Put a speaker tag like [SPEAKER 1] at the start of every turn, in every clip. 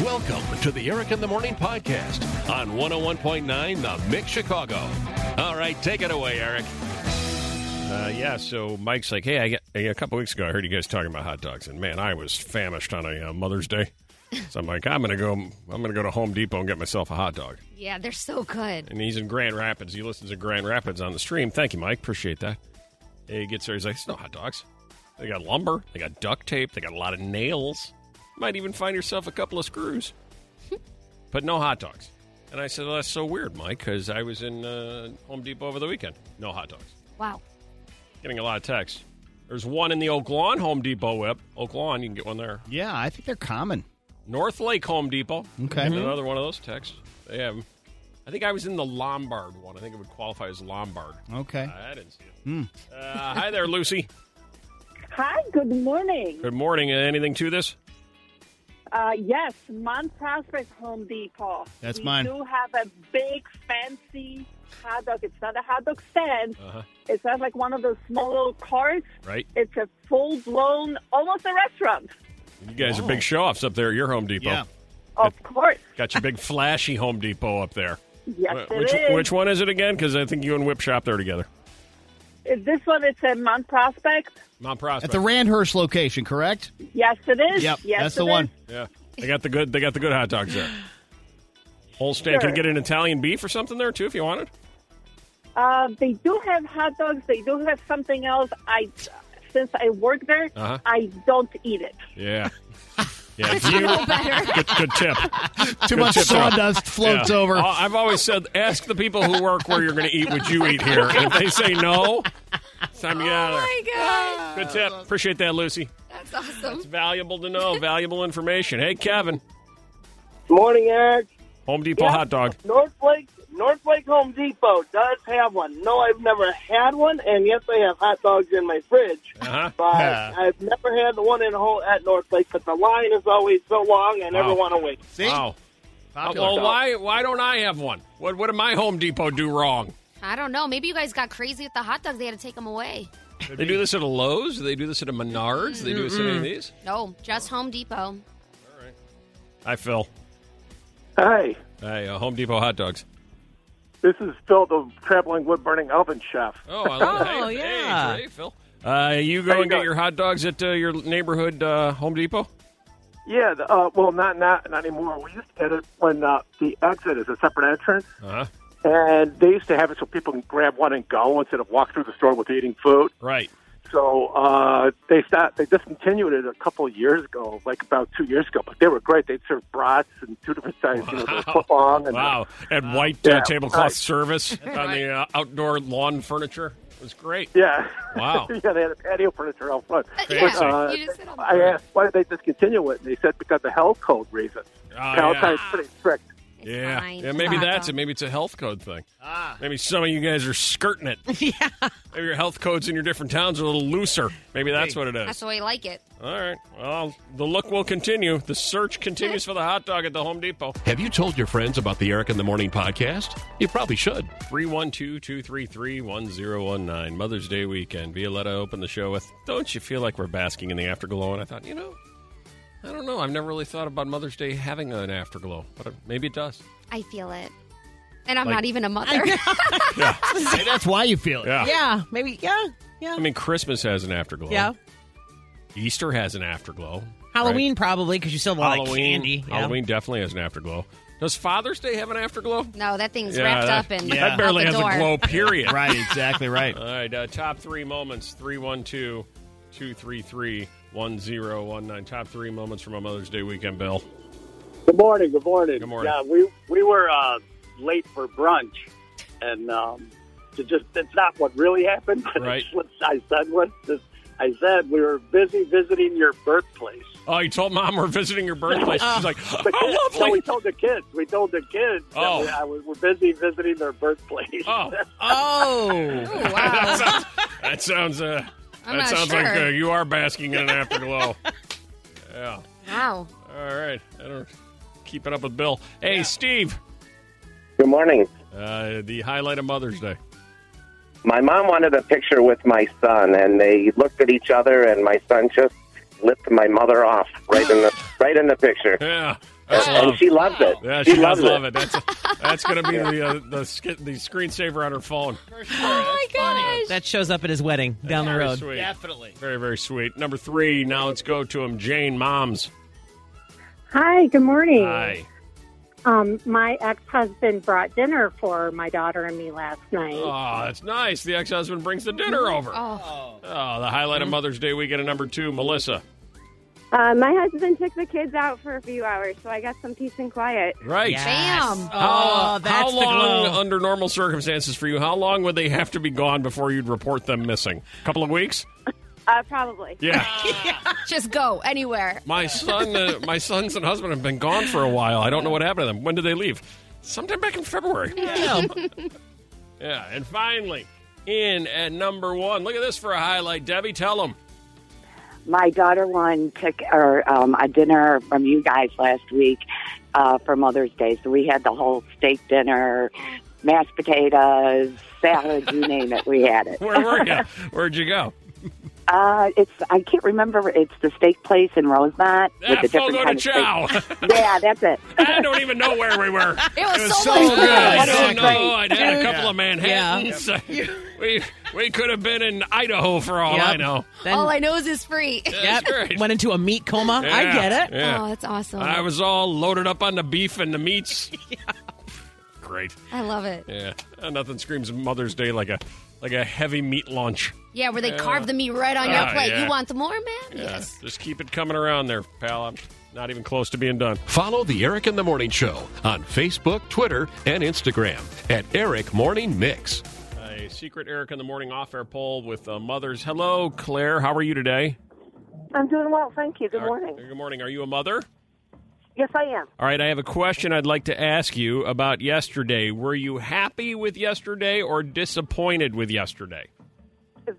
[SPEAKER 1] Welcome to the Eric in the Morning podcast on 101.9 The Mix Chicago. All right, take it away, Eric.
[SPEAKER 2] Uh, yeah, so Mike's like, hey, I got, a couple weeks ago I heard you guys talking about hot dogs, and man, I was famished on a uh, Mother's Day. So I'm like, I'm gonna go, I'm gonna go to Home Depot and get myself a hot dog.
[SPEAKER 3] Yeah, they're so good.
[SPEAKER 2] And he's in Grand Rapids. He listens to Grand Rapids on the stream. Thank you, Mike. Appreciate that. And he gets there. He's like, it's no hot dogs. They got lumber. They got duct tape. They got a lot of nails. Might even find yourself a couple of screws, but no hot dogs. And I said, well, that's so weird, Mike, because I was in uh, Home Depot over the weekend. No hot dogs
[SPEAKER 3] Wow.
[SPEAKER 2] getting a lot of texts. There's one in the Oak Lawn Home Depot whip. Oak Lawn, you can get one there.
[SPEAKER 4] Yeah, I think they're common.
[SPEAKER 2] North Lake Home Depot.
[SPEAKER 4] Okay.
[SPEAKER 2] And
[SPEAKER 4] Mhm.
[SPEAKER 2] Another one of those texts. They have. 'em. I think I was in the Lombard one. I think it would qualify as Lombard. Uh,
[SPEAKER 4] Okay.
[SPEAKER 2] I didn't see it.
[SPEAKER 4] Hmm.
[SPEAKER 2] Uh, hi there, Lucy.
[SPEAKER 5] Hi, good morning.
[SPEAKER 2] Good morning. Uh, Anything to this?
[SPEAKER 5] Uh, yes, Mount Prospect Home Depot.
[SPEAKER 4] That's
[SPEAKER 5] we
[SPEAKER 4] mine.
[SPEAKER 5] We do have a big, fancy hot dog. It's not a hot dog stand.
[SPEAKER 2] Uh-huh.
[SPEAKER 5] It's not like one of those small little carts.
[SPEAKER 2] Right.
[SPEAKER 5] It's a full-blown, almost a restaurant.
[SPEAKER 2] You guys are big show offs up there at your Home Depot.
[SPEAKER 4] Yeah.
[SPEAKER 5] Of course.
[SPEAKER 2] Got your big flashy Home Depot up there.
[SPEAKER 5] Yes,
[SPEAKER 2] Wh-
[SPEAKER 5] it
[SPEAKER 2] which,
[SPEAKER 5] is.
[SPEAKER 2] which one is it again? Because I think you and Whip shop there together.
[SPEAKER 5] Is This one, it's a Mount Prospect.
[SPEAKER 2] Mount Prospect.
[SPEAKER 4] At the Randhurst location, correct?
[SPEAKER 5] Yes, it is.
[SPEAKER 4] Yep,
[SPEAKER 5] Yes,
[SPEAKER 4] that's
[SPEAKER 5] it
[SPEAKER 4] the one.
[SPEAKER 5] is.
[SPEAKER 2] Yeah, they got the good. They got the good hot dogs there. Whole stand. Can you
[SPEAKER 5] Sure.
[SPEAKER 2] get an Italian beef or something there too if you wanted?
[SPEAKER 5] Uh, they do have hot dogs. They do have something else. I, since I work there,
[SPEAKER 2] Uh-huh.
[SPEAKER 5] I don't eat it.
[SPEAKER 2] Yeah, yeah.
[SPEAKER 3] It's you know better.
[SPEAKER 2] good, good tip.
[SPEAKER 4] Too much
[SPEAKER 2] tip, Rob.
[SPEAKER 4] sawdust floats
[SPEAKER 2] Yeah. Oh,
[SPEAKER 4] over.
[SPEAKER 2] I- I've always said, ask the people who work where you're going to eat. Would you eat here? And if they say no, it's time to get out of there.
[SPEAKER 3] Oh my God.
[SPEAKER 2] Good tip. Appreciate that, Lucy.
[SPEAKER 3] That's awesome.
[SPEAKER 2] Valuable to know. Valuable information. Hey, Kevin.
[SPEAKER 6] Morning, Eric.
[SPEAKER 2] Home Depot
[SPEAKER 6] Yeah.
[SPEAKER 2] hot dog.
[SPEAKER 6] North Lake, North Lake Home Depot does have one. No, I've never had one, and yes, I have hot dogs in my fridge.
[SPEAKER 2] Uh-huh.
[SPEAKER 6] But I've never had the one in whole at North Lake. But the line is always so long, I never
[SPEAKER 2] Wow.
[SPEAKER 6] want to wait.
[SPEAKER 4] See?
[SPEAKER 2] Wow. Uh,
[SPEAKER 4] Popular.
[SPEAKER 2] well, why why don't I have one? What what did my Home Depot do wrong?
[SPEAKER 3] I don't know. Maybe you guys got crazy at the hot dogs. They had to take them away.
[SPEAKER 2] They do this at a Lowe's. They do this at a Menards. They do this at any of these.
[SPEAKER 3] No, just Home Depot.
[SPEAKER 2] Hi, Phil.
[SPEAKER 6] Hi,
[SPEAKER 2] Hi, uh, Home Depot hot dogs.
[SPEAKER 6] this is Phil, the traveling wood burning oven chef.
[SPEAKER 2] Oh, I love it.
[SPEAKER 7] Oh,
[SPEAKER 2] Hey,
[SPEAKER 7] yeah.
[SPEAKER 2] Hey, great, Phil. Uh, you go
[SPEAKER 6] How you
[SPEAKER 2] and get
[SPEAKER 6] doing?
[SPEAKER 2] your hot dogs at uh, your neighborhood uh, Home Depot?
[SPEAKER 6] Yeah, the, uh, well, not not not anymore. We used to get it when uh, the exit is a separate entrance,
[SPEAKER 2] Uh-huh.
[SPEAKER 6] and they used to have it so people can grab one and go instead of walk through the store with eating food.
[SPEAKER 2] Right.
[SPEAKER 6] So uh, they stopped. They discontinued it a couple of years ago, like about two years ago. But they were great. They'd serve brats and two different sizes, you know, the foot long and
[SPEAKER 2] Wow. And white uh,
[SPEAKER 6] Yeah,
[SPEAKER 2] tablecloth
[SPEAKER 6] right.
[SPEAKER 2] service on the uh, outdoor lawn furniture. It was great.
[SPEAKER 6] yeah,
[SPEAKER 2] Wow.
[SPEAKER 6] yeah. They had a patio furniture out front.
[SPEAKER 3] Yeah,
[SPEAKER 6] uh,
[SPEAKER 3] you just sit on
[SPEAKER 6] I asked why did they discontinue it, and they said because of health code reasons.
[SPEAKER 2] Ah,
[SPEAKER 6] Palatine's
[SPEAKER 2] yeah.
[SPEAKER 6] pretty strict.
[SPEAKER 3] It's
[SPEAKER 2] Yeah.
[SPEAKER 3] fine.
[SPEAKER 2] yeah.
[SPEAKER 3] It's
[SPEAKER 2] Maybe
[SPEAKER 3] a hot
[SPEAKER 2] that's it.
[SPEAKER 3] dog.
[SPEAKER 2] Maybe it's a health code thing. Ah. Maybe some of you guys are skirting it.
[SPEAKER 7] Yeah.
[SPEAKER 2] Maybe your health codes in your different towns are a little looser. Maybe that's what it is.
[SPEAKER 3] That's the way you like it.
[SPEAKER 2] All right. Well, the look will continue. The search continues for the hot dog at the Home Depot.
[SPEAKER 1] Have you told your friends about the Eric in the Morning podcast? You probably should.
[SPEAKER 2] 312 233 1019. Mother's Day weekend. Violetta opened the show with Don't you feel like we're basking in the afterglow? And I thought, you know, I don't know. I've never really thought about Mother's Day having an afterglow, but it- maybe it does.
[SPEAKER 3] I feel it. And I'm not even a mother.
[SPEAKER 4] Hey, that's why you feel it.
[SPEAKER 7] Yeah. Maybe. Yeah. Yeah.
[SPEAKER 2] I mean, Christmas has an afterglow.
[SPEAKER 7] yeah.
[SPEAKER 2] Easter has an afterglow.
[SPEAKER 7] Halloween probably because you still have a
[SPEAKER 2] right?
[SPEAKER 7] lot of
[SPEAKER 2] Halloween.
[SPEAKER 7] candy. Yeah.
[SPEAKER 2] Halloween definitely has an afterglow. Does Father's Day have an afterglow?
[SPEAKER 3] no, that thing's
[SPEAKER 2] Yeah,
[SPEAKER 3] wrapped
[SPEAKER 2] that-
[SPEAKER 3] up and
[SPEAKER 4] yeah.
[SPEAKER 2] That barely
[SPEAKER 3] out
[SPEAKER 2] has
[SPEAKER 3] the door.
[SPEAKER 2] a glow, period.
[SPEAKER 4] Right, exactly right.
[SPEAKER 2] All right, uh, top three moments 312 233 1019. Top three moments from a Mother's Day weekend, Bill.
[SPEAKER 8] Good morning. Good morning.
[SPEAKER 2] Good morning.
[SPEAKER 8] Yeah, we we were uh, late for brunch, and um, to just it's not what really happened, but
[SPEAKER 2] Right.
[SPEAKER 8] it's what I said what I said. We were busy visiting your birthplace.
[SPEAKER 2] Oh, you told mom we're visiting your birthplace. She's like,
[SPEAKER 8] The kids-
[SPEAKER 2] oh,
[SPEAKER 8] well, we
[SPEAKER 2] lovely.
[SPEAKER 8] told the kids. We told the kids. that
[SPEAKER 2] Oh.
[SPEAKER 8] we, I was, we're busy visiting their birthplace.
[SPEAKER 2] Oh,
[SPEAKER 7] Oh.
[SPEAKER 3] Oh, wow.
[SPEAKER 2] that sounds uh,
[SPEAKER 3] I'm
[SPEAKER 2] that
[SPEAKER 3] not
[SPEAKER 2] sounds like
[SPEAKER 3] sure.
[SPEAKER 2] uh, you are basking in an afterglow. yeah.
[SPEAKER 3] wow.
[SPEAKER 2] All right. I don't keep it up with Bill. Hey, Steve.
[SPEAKER 9] Good morning.
[SPEAKER 2] Uh, the highlight of Mother's Day.
[SPEAKER 9] My mom wanted a picture with my son, and they looked at each other, and my son just lipped my mother off right in the right in the picture.
[SPEAKER 2] Yeah. That's
[SPEAKER 9] and
[SPEAKER 2] love.
[SPEAKER 9] she loves it.
[SPEAKER 2] Yeah, she,
[SPEAKER 9] loves
[SPEAKER 2] does
[SPEAKER 9] it.
[SPEAKER 2] love it. That's that's going to be the uh, the, sk- the screensaver on her phone.
[SPEAKER 3] Oh my gosh.
[SPEAKER 7] That shows up at his wedding down the
[SPEAKER 2] Very
[SPEAKER 7] road.
[SPEAKER 2] sweet.
[SPEAKER 4] Definitely.
[SPEAKER 2] Very very sweet. Number three. Now let's go to him. Jane, moms.
[SPEAKER 5] Hi, good morning.
[SPEAKER 2] Hi.
[SPEAKER 5] Um, my ex husband brought dinner for my daughter and me last night.
[SPEAKER 2] Oh, that's nice. The ex husband brings the dinner over. Oh,
[SPEAKER 3] Oh,
[SPEAKER 2] the highlight of Mother's Day weekend at number two, Melissa.
[SPEAKER 10] Uh, my husband took the kids out for a few hours, so I got some peace and quiet.
[SPEAKER 2] Right.
[SPEAKER 7] Yes.
[SPEAKER 3] Bam.
[SPEAKER 7] Oh, that's
[SPEAKER 2] how long
[SPEAKER 7] the glow.
[SPEAKER 2] under normal circumstances for you? How long would they have to be gone before you'd report them missing? A couple of weeks?
[SPEAKER 10] Uh, probably.
[SPEAKER 2] Yeah.
[SPEAKER 3] just go anywhere.
[SPEAKER 2] my son, uh, my sons and husband have been gone for a while. I don't know what happened to them. When did they leave? Sometime back in February.
[SPEAKER 7] Yeah.
[SPEAKER 2] Yeah. And finally, in at number one. Look at this for a highlight, Debbie. Tell them.
[SPEAKER 10] My daughter won took or um, a dinner from you guys last week uh, for Mother's Day, so we had the whole steak dinner, mashed potatoes, salad, you name it, we had it.
[SPEAKER 2] Where were you? Where'd you go?
[SPEAKER 10] Uh, it's I can't remember. It's the steak place in Rosemont
[SPEAKER 2] Ah,
[SPEAKER 10] with a different
[SPEAKER 2] Fogo de
[SPEAKER 10] kind
[SPEAKER 2] Chao.
[SPEAKER 10] of steak. Yeah, that's it.
[SPEAKER 2] I don't even know where we were.
[SPEAKER 3] It was, so,
[SPEAKER 4] so
[SPEAKER 3] much
[SPEAKER 4] good.
[SPEAKER 2] I
[SPEAKER 3] fun.
[SPEAKER 2] don't
[SPEAKER 4] Exactly.
[SPEAKER 2] know. I had a
[SPEAKER 7] Dude.
[SPEAKER 2] couple of Manhattans. we we could have been in Idaho for all
[SPEAKER 7] Yep.
[SPEAKER 2] I know.
[SPEAKER 7] Then,
[SPEAKER 3] All I know is it's free.
[SPEAKER 2] That's great.
[SPEAKER 7] Went into a meat coma. I
[SPEAKER 2] Yeah,
[SPEAKER 7] get it.
[SPEAKER 2] yeah.
[SPEAKER 3] Oh, that's awesome.
[SPEAKER 2] I
[SPEAKER 3] I,
[SPEAKER 2] was all loaded up on the beef and the meats. Great.
[SPEAKER 3] love it.
[SPEAKER 2] Yeah. Uh, nothing screams Mother's Day like a like a heavy meat lunch.
[SPEAKER 3] Yeah, where they carve the meat right on
[SPEAKER 2] Ah,
[SPEAKER 3] your plate.
[SPEAKER 2] yeah.
[SPEAKER 3] You want more, man?
[SPEAKER 2] Yeah.
[SPEAKER 3] Yes.
[SPEAKER 2] Just keep it coming around there, pal. I'm not even close to being done.
[SPEAKER 1] Follow the Eric in the Morning Show on Facebook, Twitter, and Instagram at Eric Morning Mix.
[SPEAKER 2] A secret Eric in the morning off air poll with uh, mothers. Hello, Claire. How are you today?
[SPEAKER 5] I'm doing well, thank you. Good
[SPEAKER 2] Are- Good morning. Are you a mother?
[SPEAKER 5] Yes, I am.
[SPEAKER 2] All right, I have a question I'd like to ask you about yesterday. Were you happy with yesterday or disappointed with yesterday?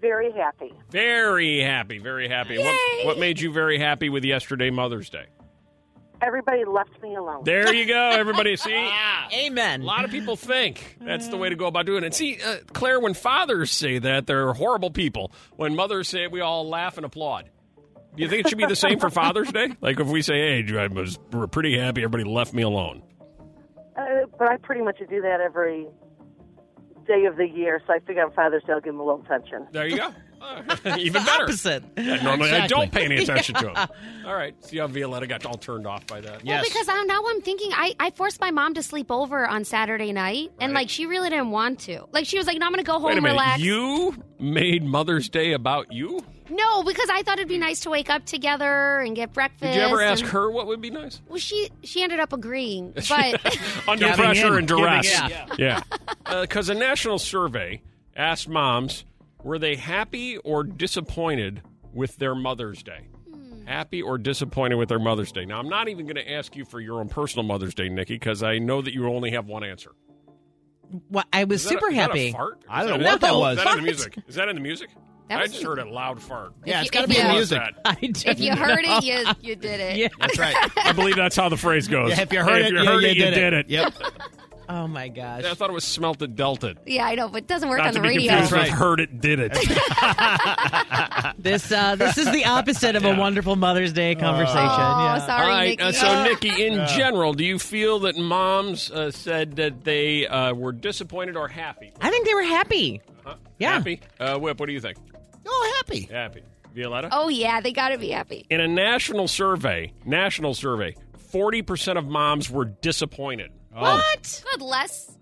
[SPEAKER 5] Very happy.
[SPEAKER 2] Very happy, very happy. What, what made you very happy with yesterday, Mother's Day?
[SPEAKER 5] Everybody left me alone.
[SPEAKER 2] There you go, everybody. See?
[SPEAKER 7] Amen.
[SPEAKER 2] A lot of people think that's the way to go about doing it. See, uh, Claire, when fathers say that, they're horrible people. When mothers say it, we all laugh and applaud. Do you think it should be the same for Father's Day? Like if we say, hey, I was we're pretty happy everybody left me alone.
[SPEAKER 5] Uh, but I pretty much do that every day of the year, so I figure on Father's Day I'll give him a little attention.
[SPEAKER 2] There you go. Even better.
[SPEAKER 7] Opposite.
[SPEAKER 2] Yeah, normally
[SPEAKER 4] Exactly.
[SPEAKER 2] I don't pay any attention to them. All right. See how Violetta got all turned off by that.
[SPEAKER 3] Well,
[SPEAKER 4] Yes.
[SPEAKER 3] because I, now I'm thinking, I, I forced my mom to sleep over on Saturday night, and like she really didn't want to. Like she was like, "No, I'm gonna go home,
[SPEAKER 2] Wait a minute.
[SPEAKER 3] relax."
[SPEAKER 2] You made Mother's Day about you?
[SPEAKER 3] No, because I thought it'd be nice to wake up together and get breakfast.
[SPEAKER 2] Did you ever ask
[SPEAKER 3] and-
[SPEAKER 2] her what would be nice?
[SPEAKER 3] Well, she she ended up agreeing, but
[SPEAKER 2] Under
[SPEAKER 4] Giving
[SPEAKER 2] pressure
[SPEAKER 4] in,
[SPEAKER 2] and
[SPEAKER 4] giving
[SPEAKER 2] duress.
[SPEAKER 4] in.
[SPEAKER 2] Yeah. Because Uh, a national survey asked moms were they happy or disappointed with their Mother's Day?
[SPEAKER 3] Hmm.
[SPEAKER 2] Happy or disappointed with their Mother's Day? Now, I'm not even going to ask you for your own personal Mother's Day, Nikki, because I know that you only have one answer.
[SPEAKER 7] Well, I was
[SPEAKER 2] Is that
[SPEAKER 7] super
[SPEAKER 2] a- is that a
[SPEAKER 7] happy.
[SPEAKER 2] fart? Is
[SPEAKER 4] I don't
[SPEAKER 2] that
[SPEAKER 4] know what that
[SPEAKER 2] is
[SPEAKER 4] was.
[SPEAKER 2] that in the music? Is that in the music?
[SPEAKER 3] That
[SPEAKER 2] I
[SPEAKER 3] was-
[SPEAKER 2] just heard a loud fart.
[SPEAKER 4] Yeah,
[SPEAKER 3] If
[SPEAKER 4] it's
[SPEAKER 3] you-
[SPEAKER 4] got
[SPEAKER 3] if
[SPEAKER 4] to be in
[SPEAKER 3] you-
[SPEAKER 4] the
[SPEAKER 2] What was
[SPEAKER 4] music.
[SPEAKER 2] that?
[SPEAKER 7] I didn't
[SPEAKER 3] if you
[SPEAKER 7] know.
[SPEAKER 3] heard it, you you did it.
[SPEAKER 7] Yeah.
[SPEAKER 4] That's right.
[SPEAKER 2] I believe that's how the phrase goes.
[SPEAKER 4] Yeah, if you heard
[SPEAKER 2] if
[SPEAKER 4] it,
[SPEAKER 2] you
[SPEAKER 4] yeah,
[SPEAKER 2] heard
[SPEAKER 4] you
[SPEAKER 2] it, you did it.
[SPEAKER 4] Yep.
[SPEAKER 7] Oh my gosh.
[SPEAKER 2] I thought it was smelt it, dealt it.
[SPEAKER 3] Yeah, I know, but it doesn't work
[SPEAKER 2] Not
[SPEAKER 3] on
[SPEAKER 2] to
[SPEAKER 3] the
[SPEAKER 2] be
[SPEAKER 3] radio.
[SPEAKER 2] confused
[SPEAKER 4] That's
[SPEAKER 2] with
[SPEAKER 4] right.
[SPEAKER 2] heard it, did it.
[SPEAKER 7] This uh, this is the opposite of a wonderful Mother's Day conversation.
[SPEAKER 3] Oh,
[SPEAKER 7] yeah.
[SPEAKER 3] sorry,
[SPEAKER 2] All right.
[SPEAKER 3] Nikki.
[SPEAKER 2] uh, so, Nikki, in general, do you feel that moms uh, said that they uh, were disappointed or happy? Uh-huh.
[SPEAKER 7] I think they were happy. Yeah.
[SPEAKER 2] Happy? Uh, Whip, what do you think?
[SPEAKER 4] Oh, happy.
[SPEAKER 2] Happy. Violetta?
[SPEAKER 3] oh yeah, they gotta be happy.
[SPEAKER 2] In a national survey, national survey, 40% of moms were disappointed. Oh,
[SPEAKER 7] What?
[SPEAKER 3] Good, less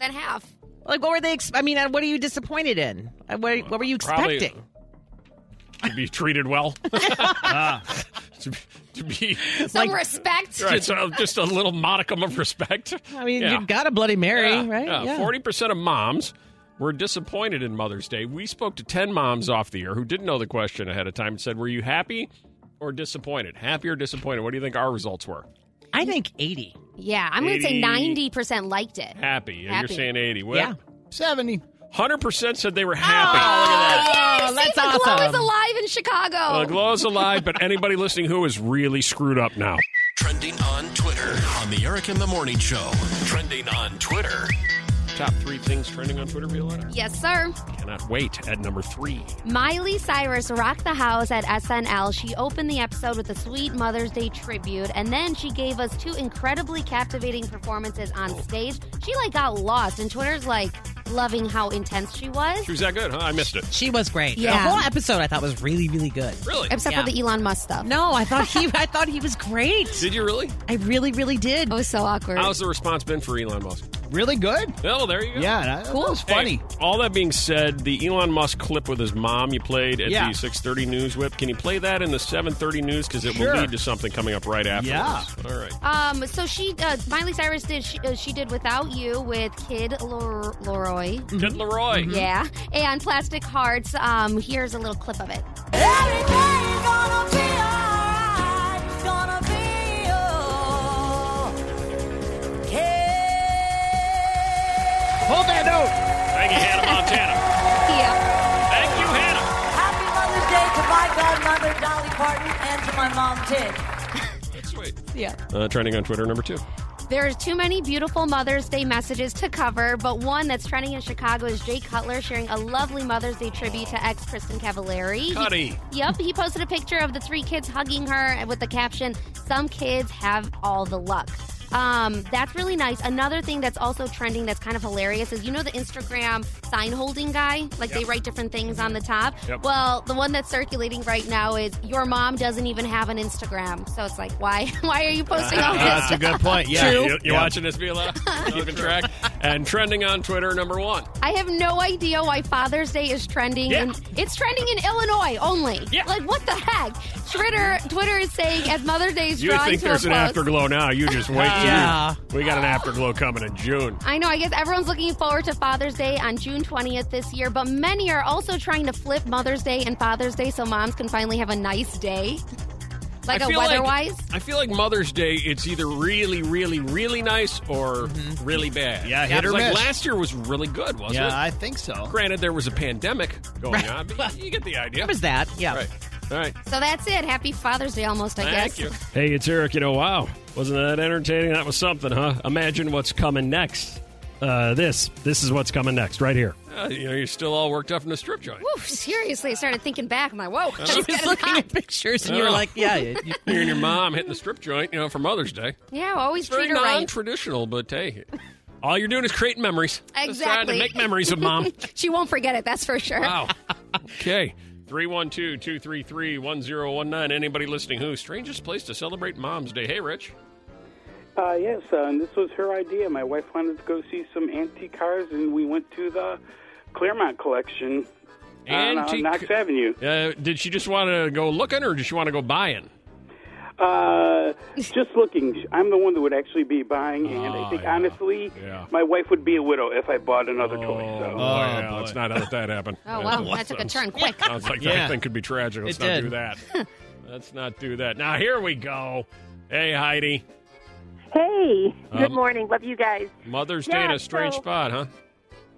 [SPEAKER 3] than half.
[SPEAKER 7] Like, what were they? Ex- I mean, uh, what are you disappointed in? Uh, What, what were you
[SPEAKER 2] Probably-
[SPEAKER 7] expecting?
[SPEAKER 2] to be treated well. Ah. to, be, to be-
[SPEAKER 3] Some
[SPEAKER 7] Like-
[SPEAKER 3] respect.
[SPEAKER 2] right, so just a little modicum of respect.
[SPEAKER 7] I mean,
[SPEAKER 2] Yeah.
[SPEAKER 7] you got a Bloody Mary, right?
[SPEAKER 2] Forty percent of moms were disappointed in Mother's Day. We spoke to ten moms off the air who didn't know the question ahead of time and said, "Were you happy or disappointed? Happy or disappointed? What do you think our results were?
[SPEAKER 7] I think 80.
[SPEAKER 3] Yeah, I'm gonna say
[SPEAKER 2] 80.
[SPEAKER 3] ninety percent liked it.
[SPEAKER 2] Happy. You're
[SPEAKER 3] Happy.
[SPEAKER 2] saying eighty.
[SPEAKER 7] Yeah.
[SPEAKER 2] Well,
[SPEAKER 4] 70.
[SPEAKER 2] hundred percent said they were happy.
[SPEAKER 3] Oh,
[SPEAKER 7] Oh,
[SPEAKER 3] that's
[SPEAKER 7] that's
[SPEAKER 3] the glow is
[SPEAKER 7] awesome.
[SPEAKER 3] alive in
[SPEAKER 2] The
[SPEAKER 3] Chicago.
[SPEAKER 2] glow's alive, but anybody listening who is really screwed up now.
[SPEAKER 1] Trending on Twitter on the Eric in the Morning Show. Trending on Twitter.
[SPEAKER 2] top three things trending on Twitter, Violetta?
[SPEAKER 3] Yes, sir.
[SPEAKER 2] Cannot wait at number three.
[SPEAKER 3] Miley Cyrus rocked the house at SNL. She opened the episode with a sweet Mother's Day tribute, and then she gave us two incredibly captivating performances on stage. She like got lost, and Twitter's like loving how intense she was.
[SPEAKER 2] She was that good, huh? I missed it.
[SPEAKER 7] She was great.
[SPEAKER 3] Yeah.
[SPEAKER 7] The whole episode I thought was really, really good.
[SPEAKER 2] Really?
[SPEAKER 3] Except for
[SPEAKER 7] Yeah.
[SPEAKER 3] the Elon Musk stuff.
[SPEAKER 7] No, I thought he I thought he was great.
[SPEAKER 2] Did you really?
[SPEAKER 7] I really, really did.
[SPEAKER 3] It was so awkward.
[SPEAKER 2] How's the response been for Elon Musk?
[SPEAKER 4] Really good.
[SPEAKER 2] Oh, there you go.
[SPEAKER 4] Yeah, that, that was
[SPEAKER 2] Hey,
[SPEAKER 4] funny.
[SPEAKER 2] all that being said, the Elon Musk clip with his mom you played at
[SPEAKER 4] Yeah.
[SPEAKER 2] the 6:30 news whip. Can you play that in the 7:30 news because it
[SPEAKER 4] Sure.
[SPEAKER 2] will lead to something coming up right after?
[SPEAKER 4] Yeah.
[SPEAKER 2] All right.
[SPEAKER 3] Um, so she, uh, Miley Cyrus did she, uh, she did without you with Kid Lor- Leroy.
[SPEAKER 4] Mm-hmm.
[SPEAKER 2] Kid Leroy.
[SPEAKER 3] Yeah, and Plastic Hearts. Um, here's a little clip of it.
[SPEAKER 4] Hold that note.
[SPEAKER 2] Thank you, Hannah Montana.
[SPEAKER 3] Yeah.
[SPEAKER 2] Thank you, Hannah.
[SPEAKER 11] Happy Mother's Day to my godmother, Dolly Parton, and to my mom, Tig.
[SPEAKER 2] That's sweet.
[SPEAKER 3] Yeah.
[SPEAKER 2] Uh, trending on Twitter number two.
[SPEAKER 3] There's too many beautiful Mother's Day messages to cover, but one that's trending in Chicago is Jay Cutler sharing a lovely Mother's Day tribute to ex Kristen Cavallari. He-
[SPEAKER 2] Cuddy.
[SPEAKER 3] Yep, he posted a picture of the three kids hugging her with the caption, Some kids have all the luck. Um, that's really nice. Another thing that's also trending that's kind of hilarious is you know the Instagram sign holding guy? Like they write different things on the top.
[SPEAKER 2] Mm-hmm. Yep.
[SPEAKER 3] Well, the one that's circulating right now is your mom doesn't even have an Instagram. So it's like, why why are you posting all this?
[SPEAKER 4] That's a good point. Yeah.
[SPEAKER 2] You, you watching this, Vila? Keeping track. And trending on Twitter number one.
[SPEAKER 3] I have no idea why Father's Day is trending.
[SPEAKER 2] Yeah.
[SPEAKER 3] In, it's trending in Illinois only.
[SPEAKER 2] Yeah.
[SPEAKER 3] Like what the heck? Twitter Twitter is saying as Mother's Day is
[SPEAKER 2] You
[SPEAKER 3] drawing
[SPEAKER 2] think
[SPEAKER 3] to
[SPEAKER 2] there's
[SPEAKER 3] a
[SPEAKER 2] an
[SPEAKER 3] close.
[SPEAKER 2] afterglow now? You just wait. till you-
[SPEAKER 7] Yeah.
[SPEAKER 2] We got an afterglow coming in June.
[SPEAKER 3] I know. I guess everyone's looking forward to Father's Day on June 20th this year, but many are also trying to flip Mother's Day and Father's Day so moms can finally have a nice day. Like
[SPEAKER 2] I
[SPEAKER 3] a
[SPEAKER 2] feel
[SPEAKER 3] weather-wise.
[SPEAKER 2] I feel like Mother's Day, it's either really, really, really nice or really bad.
[SPEAKER 4] Yeah, hit or
[SPEAKER 2] It's like
[SPEAKER 4] miss.
[SPEAKER 2] last year was really good, wasn't it?
[SPEAKER 4] Yeah, I think so.
[SPEAKER 2] Granted, there was a pandemic going on, but you get the idea.
[SPEAKER 7] What was that? Yeah.
[SPEAKER 2] Right. All right.
[SPEAKER 3] so that's it. Happy Father's Day almost, I guess.
[SPEAKER 2] Thank you. Hey, it's Eric. You know, wow. Wasn't that entertaining? That was something, huh? Imagine what's coming next. Uh, this. This is what's coming next, right here. Uh, you know, you're still all worked up from the strip joint.
[SPEAKER 3] Woo, Oh, seriously, I started thinking back. I'm like, whoa.
[SPEAKER 7] She was looking at pictures and you were
[SPEAKER 2] Oh.
[SPEAKER 7] like, yeah, you-
[SPEAKER 2] You and your mom hitting the strip joint, you know, for Mother's Day.
[SPEAKER 3] Yeah, always
[SPEAKER 2] It's very
[SPEAKER 3] treat her right.
[SPEAKER 2] non-traditional, but hey, all you're doing is creating memories. Just trying to
[SPEAKER 3] Exactly.
[SPEAKER 2] make memories with mom.
[SPEAKER 3] She won't forget it, that's for sure.
[SPEAKER 2] Wow. Okay. 312-233-1019. Anybody listening who? Strangest place to celebrate Mom's Day. Hey, Rich.
[SPEAKER 12] Uh, yes, uh, and this was her idea. My wife wanted to go see some antique cars, and we went to the Claremont Collection on, uh,
[SPEAKER 2] Antique-
[SPEAKER 12] Knox Avenue.
[SPEAKER 2] Uh, did she just want to go looking or did she want to go buying?
[SPEAKER 12] Uh, just looking. I'm the one that would actually be buying, and I think honestly,
[SPEAKER 2] Oh, Yeah.
[SPEAKER 12] my wife would be a widow if I bought another
[SPEAKER 13] Oh,
[SPEAKER 12] toy. So.
[SPEAKER 2] yeah, Oh, let's not let that happen.
[SPEAKER 3] Oh, wow. That took a turn quick.
[SPEAKER 2] Sounds like
[SPEAKER 4] Yeah.
[SPEAKER 2] that thing could be tragic. Let's
[SPEAKER 4] It
[SPEAKER 2] not
[SPEAKER 4] did.
[SPEAKER 2] do that. Let's not do that. Now, here we go. Hey, Heidi.
[SPEAKER 14] Hey, good
[SPEAKER 2] Um,
[SPEAKER 14] morning. Love you guys.
[SPEAKER 2] Mother's Day
[SPEAKER 14] Yeah,
[SPEAKER 2] in a strange
[SPEAKER 14] so-
[SPEAKER 2] spot, huh?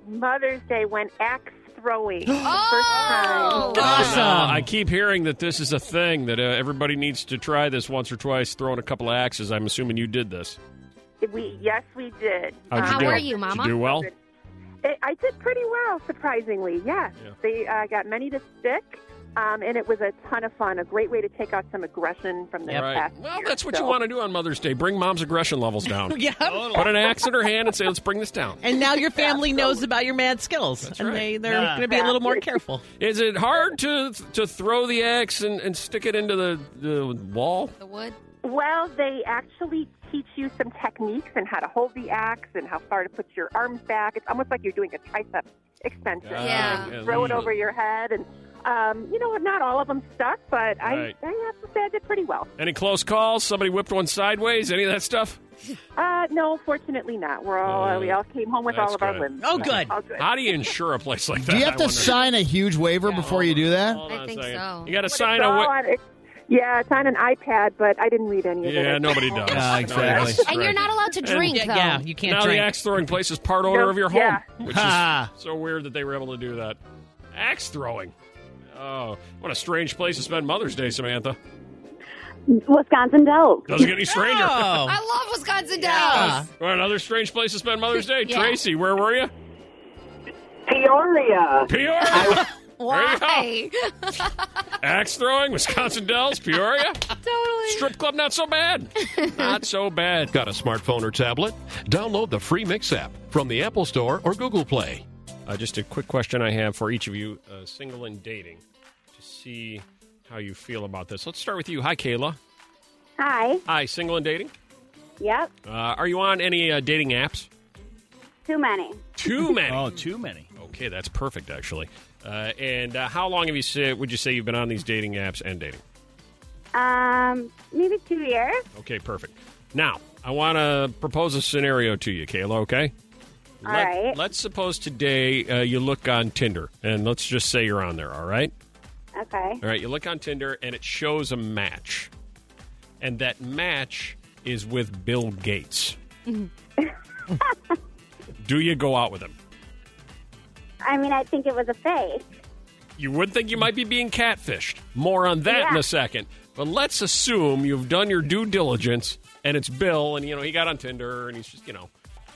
[SPEAKER 14] Mother's Day went axe throwing.
[SPEAKER 3] Oh!
[SPEAKER 14] First time.
[SPEAKER 7] Awesome.
[SPEAKER 2] Uh, I keep hearing that this is a thing that uh, everybody needs to try this once or twice, throwing a couple of axes. I'm assuming you did this.
[SPEAKER 14] We yes, we did.
[SPEAKER 2] How'd you
[SPEAKER 14] Um,
[SPEAKER 2] do?
[SPEAKER 3] were you, Mama?
[SPEAKER 2] Did you do well?
[SPEAKER 14] I- I did pretty well, surprisingly. Yes,
[SPEAKER 2] Yeah.
[SPEAKER 14] they uh, got many to stick, um, and it was a ton of fun. A great way to take out some aggression from their
[SPEAKER 2] All right.
[SPEAKER 14] past.
[SPEAKER 2] Well,
[SPEAKER 14] year.
[SPEAKER 2] that's what
[SPEAKER 14] So-
[SPEAKER 2] you want to do on Mother's Day. Bring mom's aggression levels down.
[SPEAKER 7] yeah.
[SPEAKER 2] Put an axe in her hand and say, let's bring this down.
[SPEAKER 7] And now your family knows about your mad skills. and
[SPEAKER 2] right.
[SPEAKER 7] they, they're
[SPEAKER 4] Yeah.
[SPEAKER 7] going to be a little more careful.
[SPEAKER 2] Is it hard to to throw the axe and, and stick it into the, the wall?
[SPEAKER 3] The wood.
[SPEAKER 14] Well, they actually teach you some techniques and how to hold the axe and how far to put your arms back. It's almost like you're doing a tricep extension.
[SPEAKER 3] Yeah.
[SPEAKER 14] And
[SPEAKER 2] Ah, Yeah,
[SPEAKER 14] throw it
[SPEAKER 2] usually.
[SPEAKER 14] over your head and. Um, you know what? Not all of them stuck, but
[SPEAKER 2] Right.
[SPEAKER 14] I, I have to say I did pretty well.
[SPEAKER 2] Any close calls? Somebody whipped one sideways? Any of that stuff?
[SPEAKER 14] Uh, no, fortunately not. We're all
[SPEAKER 2] Uh,
[SPEAKER 14] we all came home with
[SPEAKER 2] that's
[SPEAKER 14] all of our
[SPEAKER 2] good.
[SPEAKER 14] limbs.
[SPEAKER 7] Oh, good.
[SPEAKER 14] All good.
[SPEAKER 2] How do you insure a place like that?
[SPEAKER 4] Do you
[SPEAKER 2] I
[SPEAKER 4] have to
[SPEAKER 2] wonder?
[SPEAKER 4] sign a huge waiver before you do that?
[SPEAKER 2] Hold on
[SPEAKER 3] I
[SPEAKER 2] a
[SPEAKER 3] think
[SPEAKER 2] second.
[SPEAKER 3] so.
[SPEAKER 2] You got to
[SPEAKER 14] But it's
[SPEAKER 2] sign a
[SPEAKER 14] all
[SPEAKER 2] wa-
[SPEAKER 14] on- it's- yeah, it's on an iPad, but I didn't read any of it.
[SPEAKER 2] Yeah, nobody does.
[SPEAKER 4] Yeah, exactly.
[SPEAKER 2] That's
[SPEAKER 3] And you're
[SPEAKER 2] right.
[SPEAKER 3] not allowed to drink,
[SPEAKER 7] yeah,
[SPEAKER 3] though.
[SPEAKER 7] yeah, you can't
[SPEAKER 2] now
[SPEAKER 7] drink.
[SPEAKER 2] the axe throwing place is part owner
[SPEAKER 14] No,
[SPEAKER 2] of your home,
[SPEAKER 14] yeah.
[SPEAKER 2] which
[SPEAKER 4] Ha.
[SPEAKER 2] is so weird that they were able to do that. Axe throwing. Oh, what a strange place to spend Mother's Day, Samantha.
[SPEAKER 10] Wisconsin Dells.
[SPEAKER 2] Doesn't get any stranger.
[SPEAKER 7] Oh,
[SPEAKER 3] I love Wisconsin Dells.
[SPEAKER 2] Well, another strange place to spend Mother's Day.
[SPEAKER 3] Yeah.
[SPEAKER 2] Tracy, where were you?
[SPEAKER 11] Peoria.
[SPEAKER 2] Peoria.
[SPEAKER 3] Why?
[SPEAKER 2] Axe throwing, Wisconsin Dells, Peoria.
[SPEAKER 3] totally.
[SPEAKER 2] Strip club, not so bad. Not so bad.
[SPEAKER 1] Got a smartphone or tablet? Download the free Mix app from the Apple Store or Google Play.
[SPEAKER 2] Uh, just a quick question I have for each of you, uh, single and dating, to see how you feel about this. Let's start with you. Hi, Kayla.
[SPEAKER 13] Hi.
[SPEAKER 2] Hi, single and dating.
[SPEAKER 13] Yep.
[SPEAKER 2] Uh, are you on any uh, dating apps?
[SPEAKER 13] Too many.
[SPEAKER 2] Too many.
[SPEAKER 13] Oh,
[SPEAKER 2] too many. Okay, that's perfect, actually. Uh, and uh, how long have you say, would you say you've been on these dating apps and dating?
[SPEAKER 13] Um, maybe two years.
[SPEAKER 2] Okay, perfect. Now, I want to propose a scenario to you, Kayla, okay?
[SPEAKER 13] All
[SPEAKER 2] Let,
[SPEAKER 13] right.
[SPEAKER 2] Let's suppose today uh, you look on Tinder, and let's just say you're on there, all right?
[SPEAKER 13] Okay.
[SPEAKER 2] All right, you look on Tinder, and it shows a match. And that match is with Bill Gates. Do you go out with him?
[SPEAKER 13] I mean, I think it was a fake.
[SPEAKER 2] You would think you might be being catfished. More on that in a second. But let's assume you've done your due diligence and it's Bill and you know he got on Tinder and he's just, you know,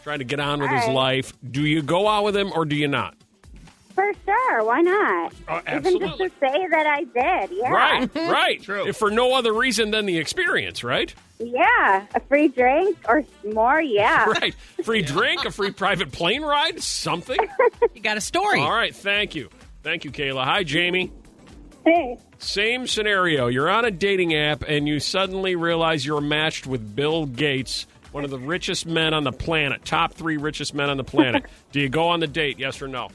[SPEAKER 2] trying to get on with his
[SPEAKER 13] All right.
[SPEAKER 2] life. Do you go out with him or do you not? Uh,
[SPEAKER 13] For sure. Why not? Even
[SPEAKER 2] absolutely.
[SPEAKER 13] just to say that I did. Yeah.
[SPEAKER 2] Right, right. True. If for no other reason than the experience, right?
[SPEAKER 13] Yeah. A free drink or more. Yeah.
[SPEAKER 2] Right. Free drink, a free private plane ride, something.
[SPEAKER 7] You got a story.
[SPEAKER 2] All right, thank you. Thank you, Kayla. Hi, Jamie.
[SPEAKER 13] Hey.
[SPEAKER 2] Same scenario. You're on a dating app and you suddenly realize you're matched with Bill Gates, one of the richest men on the planet, top three richest men on the planet. Do you go on the date, yes or no?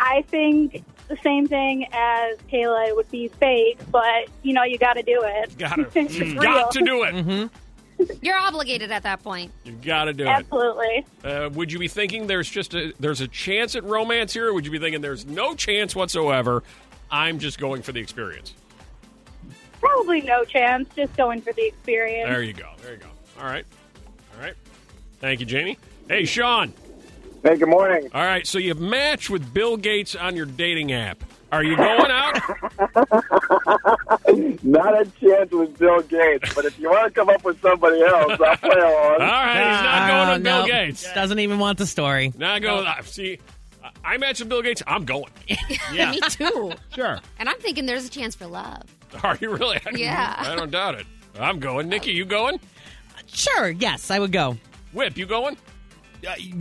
[SPEAKER 15] I think the same thing as Kayla would be fake, but you know you got to do it.
[SPEAKER 2] Gotta,
[SPEAKER 15] It's
[SPEAKER 2] you've
[SPEAKER 15] real. Mm-hmm.
[SPEAKER 2] got to do it.
[SPEAKER 3] You're obligated at that point.
[SPEAKER 2] You've got to do it.
[SPEAKER 15] Absolutely.
[SPEAKER 2] Uh, would you be thinking there's just a there's a chance at romance here, or would you be thinking there's no chance whatsoever? I'm just going for the experience.
[SPEAKER 15] Probably no chance. Just going for the experience.
[SPEAKER 2] There you go. There you go. All right. All right. Thank you, Jamie. Hey, Sean.
[SPEAKER 9] Hey, good morning.
[SPEAKER 2] All right. So you match with Bill Gates on your dating app. Are you going out?
[SPEAKER 9] Not a chance with Bill Gates, but if you want to come up with somebody else, I'll play along.
[SPEAKER 2] he's not going with Bill
[SPEAKER 7] Uh, no.
[SPEAKER 2] Gates.
[SPEAKER 7] Doesn't even want the story.
[SPEAKER 2] now I go. uh, See, I- I match with Bill Gates. I'm going. Yeah.
[SPEAKER 3] Me too.
[SPEAKER 4] Uh,
[SPEAKER 2] Sure.
[SPEAKER 3] And I'm thinking there's a chance for love.
[SPEAKER 2] Are you really? I-
[SPEAKER 3] Yeah.
[SPEAKER 2] I don't doubt it. I'm going. Nikki, you going?
[SPEAKER 7] Sure. Yes, I would go.
[SPEAKER 2] Whip, you going?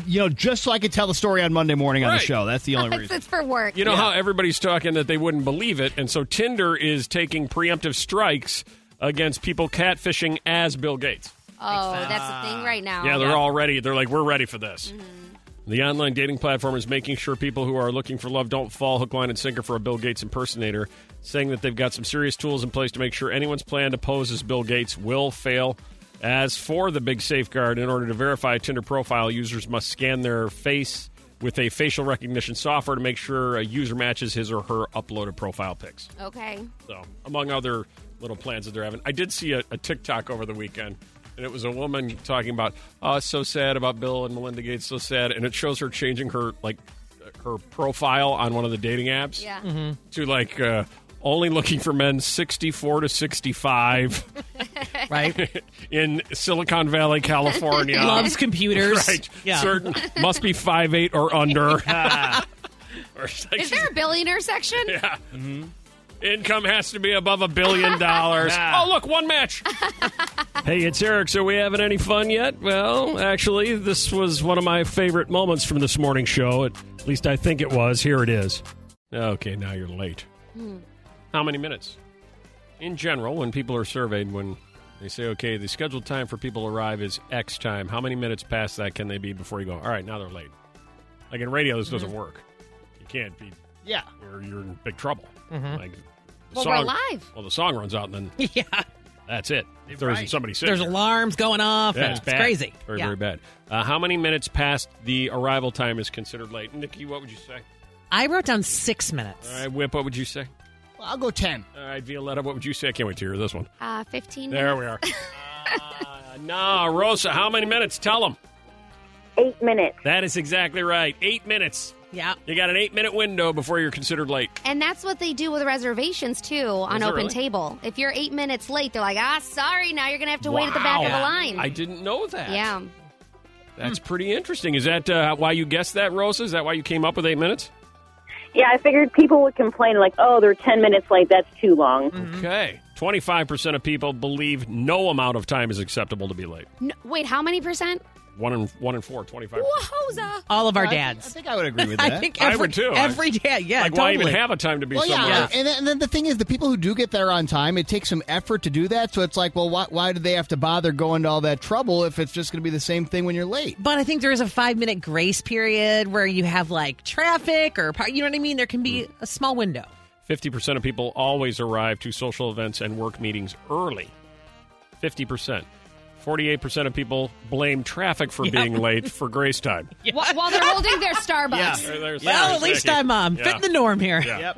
[SPEAKER 4] You know, just so I could tell the story on Monday morning on the
[SPEAKER 2] Right.
[SPEAKER 4] show. That's the only
[SPEAKER 3] It's,
[SPEAKER 4] reason.
[SPEAKER 3] it's for work.
[SPEAKER 2] You know how everybody's talking that they wouldn't believe it, and so Tinder is taking preemptive strikes against people catfishing as Bill Gates.
[SPEAKER 3] Oh, that's the thing right now.
[SPEAKER 2] yeah, they're all ready. They're like, we're ready for this. The online dating platform is making sure people who are looking for love don't fall hook, line, and sinker for a Bill Gates impersonator, saying that they've got some serious tools in place to make sure anyone's plan to pose as Bill Gates will fail. As for the big safeguard, in order to verify a Tinder profile, users must scan their face with a facial recognition software to make sure a user matches his or her uploaded profile pics.
[SPEAKER 3] Okay.
[SPEAKER 2] So, among other little plans that they're having, I did see a, a TikTok over the weekend, and it was a woman talking about, "Oh, it's so sad about Bill and Melinda Gates, so sad," and it shows her changing her like her profile on one of the dating apps
[SPEAKER 3] Yeah.
[SPEAKER 2] to like uh, only looking for men sixty-four to sixty-five,
[SPEAKER 7] right?
[SPEAKER 2] In Silicon Valley, California,
[SPEAKER 7] Loves computers.
[SPEAKER 2] right?
[SPEAKER 7] Yeah.
[SPEAKER 2] certain must be five eight or under. Or it's like
[SPEAKER 3] Is there a billionaire section? Yeah.
[SPEAKER 2] Income has to be above a billion dollars.
[SPEAKER 3] Yeah.
[SPEAKER 2] Oh, look, one match. hey, it's Eric. So, we having any fun yet? Well, actually, this was one of my favorite moments from this morning show. At least I think it was. Here it is. Okay, now you're late. Hmm. How many minutes? In general, when people are surveyed, when they say, okay, the scheduled time for people to arrive is X time, how many minutes past that can they be before you go, all right, now they're late? Like in radio, this doesn't work. You can't be,
[SPEAKER 4] Yeah.
[SPEAKER 2] or you're in big trouble.
[SPEAKER 7] Mhm.
[SPEAKER 2] Like, the
[SPEAKER 3] Well, we're live.
[SPEAKER 2] Well, the song runs out, and then
[SPEAKER 7] Yeah.
[SPEAKER 2] that's it. If there isn't
[SPEAKER 7] Right.
[SPEAKER 2] somebody sitting
[SPEAKER 7] There's
[SPEAKER 2] there.
[SPEAKER 7] alarms going off.
[SPEAKER 2] Yeah,
[SPEAKER 7] and
[SPEAKER 2] it's
[SPEAKER 7] it's,
[SPEAKER 2] bad.
[SPEAKER 7] crazy.
[SPEAKER 2] Very,
[SPEAKER 7] yeah.
[SPEAKER 2] very bad. Uh, how many minutes past the arrival time is considered late? Nikki, what would you say?
[SPEAKER 7] I wrote down six minutes.
[SPEAKER 2] All right, Whip, what would you say?
[SPEAKER 4] I'll go 10.
[SPEAKER 2] All right, Violetta, what would you say? I can't wait to hear this one.
[SPEAKER 3] Uh, 15
[SPEAKER 2] There
[SPEAKER 3] minutes.
[SPEAKER 2] we are. Uh, nah, Rosa, how many minutes? Tell them.
[SPEAKER 13] Eight minutes.
[SPEAKER 2] That is exactly right. Eight minutes.
[SPEAKER 7] Yeah.
[SPEAKER 2] You got an eight minute window before you're considered late.
[SPEAKER 3] And that's what they do with reservations too on
[SPEAKER 2] it
[SPEAKER 3] Open
[SPEAKER 2] really?
[SPEAKER 3] Table. If you're eight minutes late, they're like, ah, sorry, now you're gonna have to wait at the back of the
[SPEAKER 2] Wow.
[SPEAKER 3] line.
[SPEAKER 2] I didn't know that.
[SPEAKER 3] Yeah.
[SPEAKER 2] That's pretty interesting. Is that uh, why you guessed that, Rosa? Is that why you came up with eight minutes?
[SPEAKER 16] Yeah, I figured people would complain like, "Oh, they're ten minutes late. That's too long."
[SPEAKER 2] Mm-hmm. Okay. 25% of people believe no amount of time is acceptable to be late.
[SPEAKER 3] No, wait, how many percent?
[SPEAKER 2] One in, one in four, 25
[SPEAKER 3] Wahooza!
[SPEAKER 7] All of our
[SPEAKER 4] I think-
[SPEAKER 7] dads.
[SPEAKER 4] I think I would agree with
[SPEAKER 7] I
[SPEAKER 4] that.
[SPEAKER 7] think every-
[SPEAKER 2] I would too.
[SPEAKER 7] every dad, yeah,
[SPEAKER 2] Like, why even
[SPEAKER 7] totally.
[SPEAKER 2] have a time to be
[SPEAKER 4] Well,
[SPEAKER 2] somewhere?
[SPEAKER 4] yeah, and then, and then the thing is, the people who do get there on time, it takes some effort to do that. So it's like, well, why, why do they have to bother going to all that trouble if it's just going to be the same thing when you're late?
[SPEAKER 7] But I think there is a five minute grace period where you have like traffic or, par- you know what I mean? There can be
[SPEAKER 2] Hmm.
[SPEAKER 7] a small window.
[SPEAKER 2] 50% of people always arrive to social events and work meetings early. 50%. 48% of people blame traffic for
[SPEAKER 7] Yep.
[SPEAKER 2] being late for grace time.
[SPEAKER 3] Wh- While they're holding their Starbucks.
[SPEAKER 2] There- there's-
[SPEAKER 7] Well,
[SPEAKER 2] there's
[SPEAKER 7] at least
[SPEAKER 2] Jackie.
[SPEAKER 7] I'm um,
[SPEAKER 2] Yeah.
[SPEAKER 7] fitting the norm here.
[SPEAKER 2] Yeah.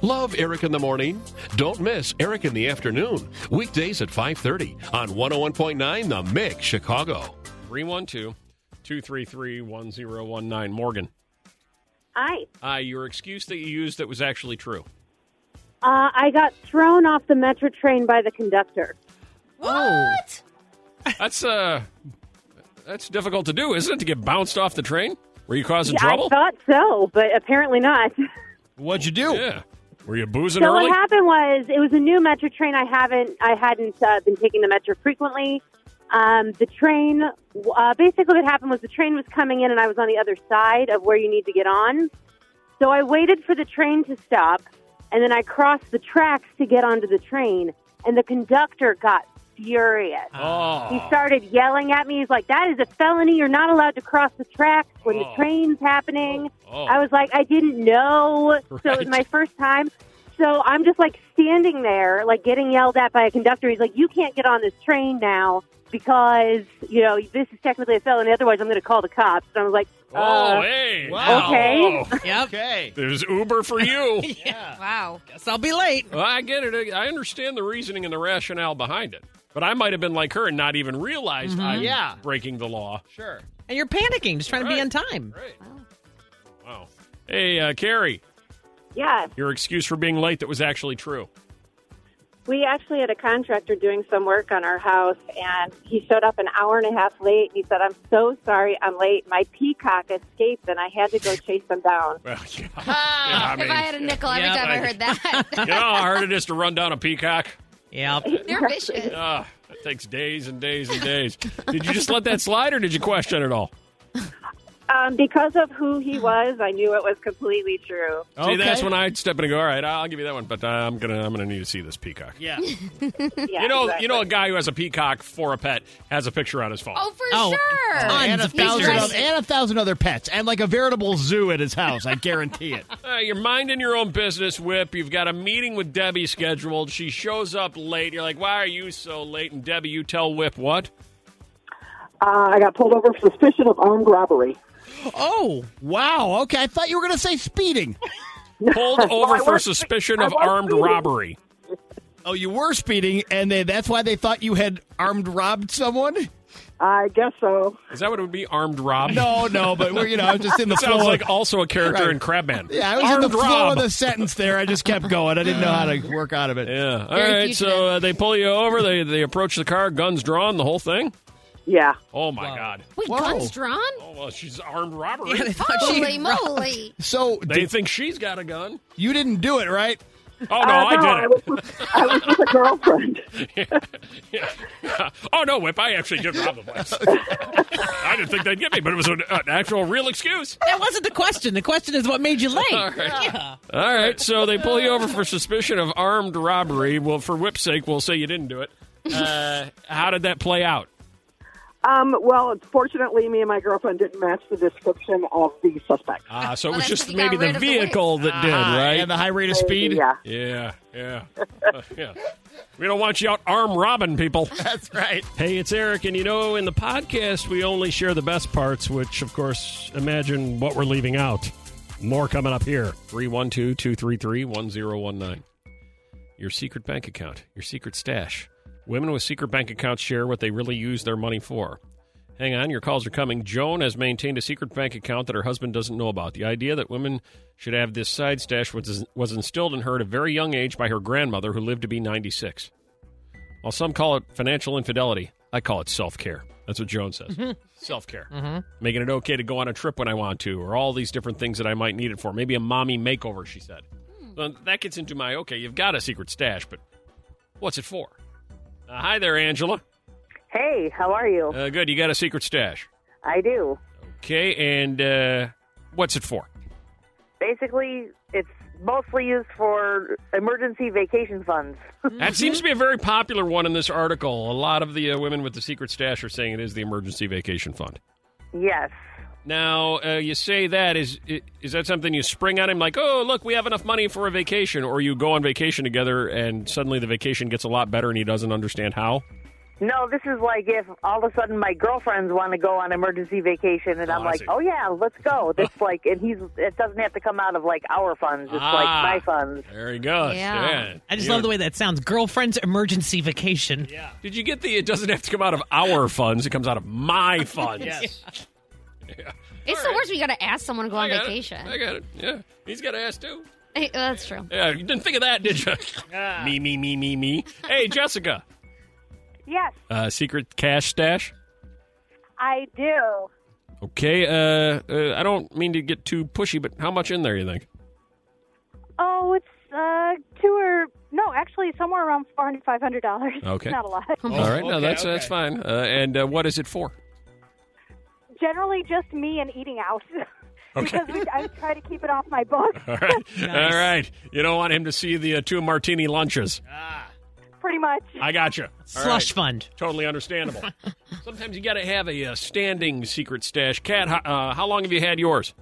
[SPEAKER 1] Love Eric in the morning? Don't miss Eric in the afternoon. Weekdays at 5:30 on 101.9 The Mix Chicago.
[SPEAKER 2] 312 233 1019. Morgan,
[SPEAKER 13] Hi.
[SPEAKER 2] uh, your excuse that you used that was actually true.
[SPEAKER 13] Uh, I got thrown off the metro train by the conductor.
[SPEAKER 7] Oh.
[SPEAKER 2] What? That's uh, that's difficult to do, isn't it? To get bounced off the train? Were you causing
[SPEAKER 13] Yeah,
[SPEAKER 2] trouble?
[SPEAKER 13] I thought so, but apparently not.
[SPEAKER 2] What'd you do? Yeah. Were you boozing
[SPEAKER 13] so
[SPEAKER 2] early?
[SPEAKER 13] what happened was it was a new metro train. I haven't, I hadn't uh, been taking the metro frequently. Um, the train, uh, basically, what happened was the train was coming in, and I was on the other side of where you need to get on. So I waited for the train to stop, and then I crossed the tracks to get onto the train, and the conductor got furious.
[SPEAKER 2] Oh.
[SPEAKER 13] He started yelling at me. He's like, "That is a felony. You're not allowed to cross the tracks when
[SPEAKER 2] Oh.
[SPEAKER 13] the train's happening."
[SPEAKER 2] Oh.
[SPEAKER 13] I was like, "I didn't know." So it was
[SPEAKER 2] Right.
[SPEAKER 13] my first time. So I'm just like standing there, like getting yelled at by a conductor. He's like, "You can't get on this train now because you know this is technically a felony. Otherwise, I'm going to call the cops." And I was like,
[SPEAKER 2] Oh,
[SPEAKER 13] uh,
[SPEAKER 2] hey.
[SPEAKER 13] okay."
[SPEAKER 2] Oh.
[SPEAKER 7] Yep.
[SPEAKER 4] Okay.
[SPEAKER 2] There's Uber for you.
[SPEAKER 3] Wow.
[SPEAKER 7] Guess I'll be late.
[SPEAKER 2] Well, I get it. I understand the reasoning and the rationale behind it. But I might have been like her and not even realized I'm
[SPEAKER 7] Yeah.
[SPEAKER 2] breaking the law.
[SPEAKER 4] Sure.
[SPEAKER 7] And you're panicking, just trying to be on time.
[SPEAKER 2] Wow. Hey, uh, Carrie,
[SPEAKER 17] Yeah,
[SPEAKER 2] your excuse for being late that was actually true.
[SPEAKER 17] we actually had a contractor doing some work on our house, and he showed up an hour and a half late. And he said, "I'm so sorry, I'm late. My peacock escaped, and I had to go chase him down."
[SPEAKER 2] Well, yeah.
[SPEAKER 3] Ah,
[SPEAKER 2] Yeah,
[SPEAKER 3] if I had a nickel every
[SPEAKER 2] yeah,
[SPEAKER 3] time I
[SPEAKER 2] like-
[SPEAKER 3] heard that,
[SPEAKER 2] You know how hard it is to run down a peacock?
[SPEAKER 7] Yeah.
[SPEAKER 3] they're vicious.
[SPEAKER 2] Ah, that takes days and days and days. Did you just let that slide or did you question it all?
[SPEAKER 17] Um, because of who he was, I knew it was completely true.
[SPEAKER 2] See, that's when I'd step in and go, all right, I'll give you that one, but uh, I'm going to I'm gonna need to see this peacock.
[SPEAKER 4] Yeah.
[SPEAKER 2] you know, you know, a guy who has a peacock for a pet has a picture on his phone.
[SPEAKER 3] Oh, for
[SPEAKER 4] Oh,
[SPEAKER 3] sure.
[SPEAKER 4] and, a
[SPEAKER 3] He's
[SPEAKER 4] thousand
[SPEAKER 3] right.
[SPEAKER 4] of, and a thousand other pets, and like a veritable zoo at his house. I guarantee it.
[SPEAKER 2] Uh, you're minding your own business, Whip. You've got a meeting with Debbie scheduled. She shows up late. You're like, why are you so late? And Debbie, you tell Whip what?
[SPEAKER 5] Uh, I got pulled over for suspicion of armed robbery.
[SPEAKER 7] Oh,
[SPEAKER 4] wow. Okay. I thought you were going to say speeding.
[SPEAKER 2] Pulled over for suspicion of armed robbery.
[SPEAKER 4] Oh, you were speeding, and they, that's why they thought you had armed robbed someone?
[SPEAKER 5] I guess so.
[SPEAKER 2] Is that what it would be? Armed rob?
[SPEAKER 4] No, no, but we're, you know, I was just in the
[SPEAKER 2] Sounds
[SPEAKER 4] flow.
[SPEAKER 2] like also a character
[SPEAKER 4] Right.
[SPEAKER 2] in Crabman.
[SPEAKER 4] yeah, I was
[SPEAKER 2] Armed
[SPEAKER 4] in the flow
[SPEAKER 2] rob.
[SPEAKER 4] of the sentence there. I just kept going. I didn't know how to work out of it.
[SPEAKER 2] Yeah. All
[SPEAKER 4] Very
[SPEAKER 2] right. So uh, they pull you over. They they approach the car, guns drawn, the whole thing.
[SPEAKER 5] Yeah.
[SPEAKER 2] Oh my God.
[SPEAKER 3] Wait,
[SPEAKER 4] Whoa.
[SPEAKER 3] guns drawn?
[SPEAKER 2] Oh well, she's armed robbery.
[SPEAKER 3] Holy moly.
[SPEAKER 4] So
[SPEAKER 2] they
[SPEAKER 4] did-
[SPEAKER 2] think she's got a gun.
[SPEAKER 4] you didn't do it, right?
[SPEAKER 2] Oh no, I did it.
[SPEAKER 5] I was with a girlfriend.
[SPEAKER 2] oh no, Whip! I actually did rob the place. I didn't think they'd get me, but it was an, an actual real excuse.
[SPEAKER 7] That wasn't the question. The question is what made you late.
[SPEAKER 2] All right.
[SPEAKER 7] Yeah.
[SPEAKER 2] All right, so they pull you over for suspicion of armed robbery. Well, for Whip's sake, we'll say you didn't do it. Uh, how did that play out?
[SPEAKER 5] Um, well, fortunately, me and my girlfriend didn't match the description of the suspect.
[SPEAKER 2] Ah, so it
[SPEAKER 3] Well, that's
[SPEAKER 2] was just
[SPEAKER 3] because you got
[SPEAKER 2] maybe the
[SPEAKER 3] rid of the
[SPEAKER 2] vehicle that did,
[SPEAKER 4] Ah,
[SPEAKER 2] right?
[SPEAKER 4] And the high rate of speed?
[SPEAKER 5] Yeah.
[SPEAKER 2] Yeah, yeah, Uh, yeah. We don't want you out arm robbing people.
[SPEAKER 4] That's right.
[SPEAKER 2] Hey, it's Eric, and you know, in the podcast, we only share the best parts, which, of course, imagine what we're leaving out. More coming up here. 312 233 1019. Your secret bank account, your secret stash. Women with secret bank accounts share what they really use their money for. Hang on, your calls are coming. Joan has maintained a secret bank account that her husband doesn't know about. The idea that women should have this side stash was, was instilled in her at a very young age by her grandmother, who lived to be 96. While some call it financial infidelity, I call it self care. That's what Joan says. Self care. Making it okay to go on a trip when I want to, or all these different things that I might need it for. Maybe a mommy makeover, she said. Well, that gets into my okay, you've got a secret stash, but what's it for? Uh, hi there, Angela.
[SPEAKER 18] Hey, how are you?
[SPEAKER 2] Uh, good, you got a secret stash.
[SPEAKER 18] I do.
[SPEAKER 2] Okay, and uh, what's it for?
[SPEAKER 18] Basically, it's mostly used for emergency vacation funds.
[SPEAKER 2] That seems to be a very popular one in this article. A lot of the uh, women with the secret stash are saying it is the emergency vacation fund.
[SPEAKER 18] yes.
[SPEAKER 2] Now, uh, you say that is i- is that something you spring on him like, "Oh, look, we have enough money for a vacation," or you go on vacation together and suddenly the vacation gets a lot better and he doesn't understand how?
[SPEAKER 18] No, this is like if all of a sudden my girlfriends want to go on emergency vacation, and
[SPEAKER 2] Oh,
[SPEAKER 18] I'm
[SPEAKER 2] I
[SPEAKER 18] like,
[SPEAKER 2] see.
[SPEAKER 18] "Oh yeah, let's go." That's like, and he's it doesn't have to come out of like our funds. It's
[SPEAKER 2] Ah.
[SPEAKER 18] like my funds.
[SPEAKER 2] There he goes. Yeah.
[SPEAKER 7] I just
[SPEAKER 2] You
[SPEAKER 7] love the way that sounds. Girlfriend's emergency vacation. Yeah.
[SPEAKER 2] Did you get the? It doesn't have to come out of our funds. It comes out of my funds.
[SPEAKER 3] It's the worst when you got to ask someone to go on vacation.
[SPEAKER 2] I got it. Yeah. He's got to ask too.
[SPEAKER 3] Hey, well, that's true.
[SPEAKER 2] Yeah. You didn't think of that, did you? Me, me, me, me, me. Hey, Jessica.
[SPEAKER 15] Yes,
[SPEAKER 2] Uh, secret cash stash.
[SPEAKER 15] I do.
[SPEAKER 2] Okay. Uh, uh, I don't mean to get too pushy, but how much in there you think?
[SPEAKER 15] Oh, it's uh, two or no, actually, somewhere around four hundred, five hundred dollars.
[SPEAKER 2] Okay.
[SPEAKER 15] not a lot.
[SPEAKER 17] Oh.
[SPEAKER 2] All right. no, that's that's fine. Uh, and uh, what is it for?
[SPEAKER 15] Generally, just me and eating out
[SPEAKER 2] Okay.
[SPEAKER 15] because we, I try to keep it off my books.
[SPEAKER 2] All right. All right. You don't want him to see the uh, two martini lunches.
[SPEAKER 15] Pretty much.
[SPEAKER 2] I got you.
[SPEAKER 7] Slush fund.
[SPEAKER 2] Totally understandable. Sometimes you got to have a uh, standing secret stash. Kat, ho- uh, how long have you had yours?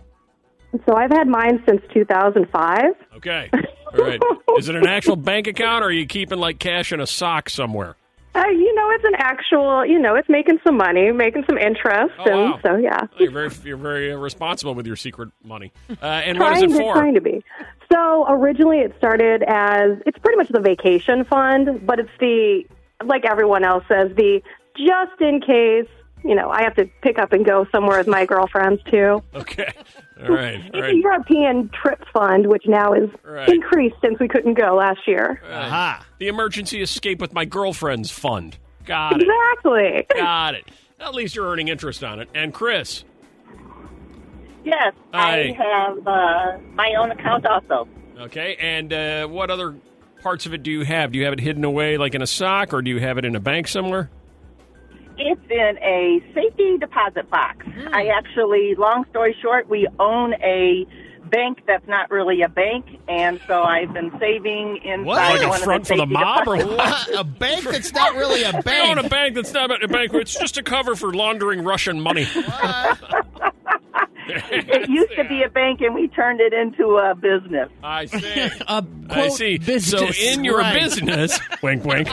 [SPEAKER 17] So I've had mine since 2005.
[SPEAKER 2] Okay. All right. Is it an actual bank account, or are you keeping like cash in a sock somewhere?
[SPEAKER 17] Uh, you know, it's an actual, you know, it's making some money, making some interest.
[SPEAKER 2] Oh,
[SPEAKER 17] and
[SPEAKER 2] wow.
[SPEAKER 17] so, yeah.
[SPEAKER 2] You're very you're very uh, responsible with your secret money. Uh, and what is it
[SPEAKER 17] Trying to-
[SPEAKER 2] for?
[SPEAKER 17] Trying to be. So originally it started as, it's pretty much the vacation fund, but it's the, like everyone else says, the just in case, you know, I have to pick up and go somewhere with my girlfriends too.
[SPEAKER 2] Okay. All right. All
[SPEAKER 17] It's
[SPEAKER 2] right.
[SPEAKER 17] a European trip fund, which now is
[SPEAKER 2] Right.
[SPEAKER 17] increased since we couldn't go last year.
[SPEAKER 2] Aha. The emergency escape with my girlfriend's fund. Got it.
[SPEAKER 17] Exactly.
[SPEAKER 2] Got it. At least you're earning interest on it. And Chris,
[SPEAKER 19] Yes,
[SPEAKER 2] Hi.
[SPEAKER 19] I have uh, my own account also.
[SPEAKER 2] okay. And uh, what other parts of it do you have? Do you have it hidden away, like in a sock, or do you have it in a bank somewhere?
[SPEAKER 19] It's in a safety deposit box. I actually, long story short, we own a bank that's not really a bank, and so I've been saving inside
[SPEAKER 2] Like
[SPEAKER 19] one
[SPEAKER 2] a
[SPEAKER 19] of
[SPEAKER 2] front for the
[SPEAKER 19] safety
[SPEAKER 2] mob, or
[SPEAKER 19] deposit-
[SPEAKER 2] what?
[SPEAKER 4] A bank that's not really a
[SPEAKER 2] I own
[SPEAKER 4] bank.
[SPEAKER 2] a bank that's not a bank. It's just a cover for laundering Russian money.
[SPEAKER 19] it used to be a bank, and we turned it into a business.
[SPEAKER 2] I see.
[SPEAKER 7] a
[SPEAKER 2] I
[SPEAKER 7] quote,
[SPEAKER 2] see.
[SPEAKER 7] business,
[SPEAKER 2] so in your
[SPEAKER 7] right.
[SPEAKER 2] business, wink, wink,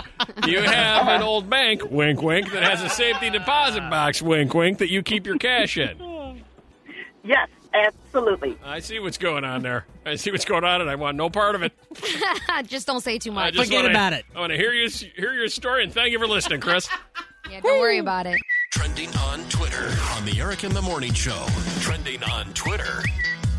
[SPEAKER 2] you have an old bank, wink, wink, that has a safety deposit box, wink, wink, that you keep your cash in.
[SPEAKER 19] Yes, absolutely.
[SPEAKER 2] I see what's going on there. I see what's going on, and I want no part of it.
[SPEAKER 3] Ah, just don't say too
[SPEAKER 2] I
[SPEAKER 3] much.
[SPEAKER 2] just wanna- I want to hear you hear your story, and thank you for listening, Chris.
[SPEAKER 3] Yeah, don't worry about it.
[SPEAKER 1] Trending on Twitter on the Eric in the Morning Show. Trending on Twitter.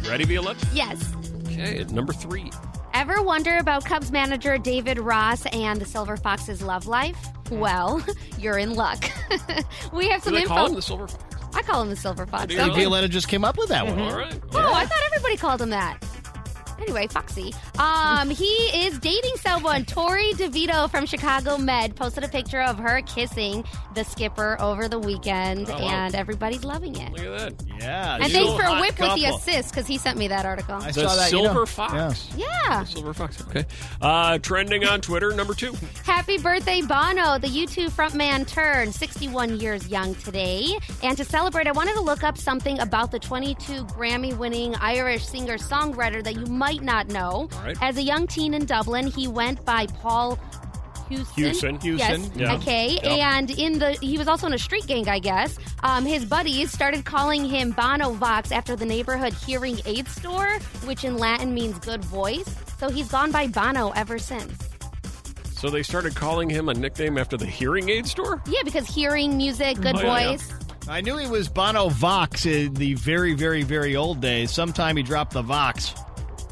[SPEAKER 2] Ready, Violet?
[SPEAKER 3] Yes.
[SPEAKER 2] Okay, at number three.
[SPEAKER 3] Ever wonder about Cubs manager David Ross and the Silver Fox's love life? Well, you're in luck. we have
[SPEAKER 2] Do
[SPEAKER 3] some
[SPEAKER 2] they
[SPEAKER 3] info.
[SPEAKER 2] call him the Silver Fox?
[SPEAKER 3] I call him the Silver Fox.
[SPEAKER 4] Hey, Violetta just came up with that one.
[SPEAKER 2] All right.
[SPEAKER 3] Oh, I thought everybody called him that. Anyway, Foxy. Um, he is dating someone. Tori DeVito from Chicago Med posted a picture of her kissing the skipper over the weekend,
[SPEAKER 2] Oh, wow.
[SPEAKER 3] and everybody's loving it.
[SPEAKER 2] Look at that. Yeah.
[SPEAKER 3] and thanks for a whip with the assist because he sent me that article.
[SPEAKER 2] I The saw that, you Silver know. Fox.
[SPEAKER 3] Yeah.
[SPEAKER 2] Silver Fox. Okay. Uh, trending on Twitter, number two.
[SPEAKER 3] Happy birthday, Bono. The U2 frontman turned 61 years young today. And to celebrate, I wanted to look up something about the 22 Grammy winning Irish singer songwriter that you might not know.
[SPEAKER 2] All right.
[SPEAKER 3] As a young teen in Dublin, he went by Paul. Houston.
[SPEAKER 2] Houston. Houston.
[SPEAKER 3] Yes.
[SPEAKER 2] Yeah.
[SPEAKER 3] Okay.
[SPEAKER 2] Yep.
[SPEAKER 3] And in the he was also in a street gang, I guess. Um, his buddies started calling him Bono Vox after the neighborhood hearing aid store, which in Latin means good voice. So he's gone by Bono ever since.
[SPEAKER 2] So they started calling him a nickname after the hearing aid store?
[SPEAKER 3] Yeah, because hearing, music, good
[SPEAKER 2] Oh, yeah, yeah.
[SPEAKER 3] voice.
[SPEAKER 4] I knew he was Bono Vox in the very, very, very old days. Sometime he dropped the Vox.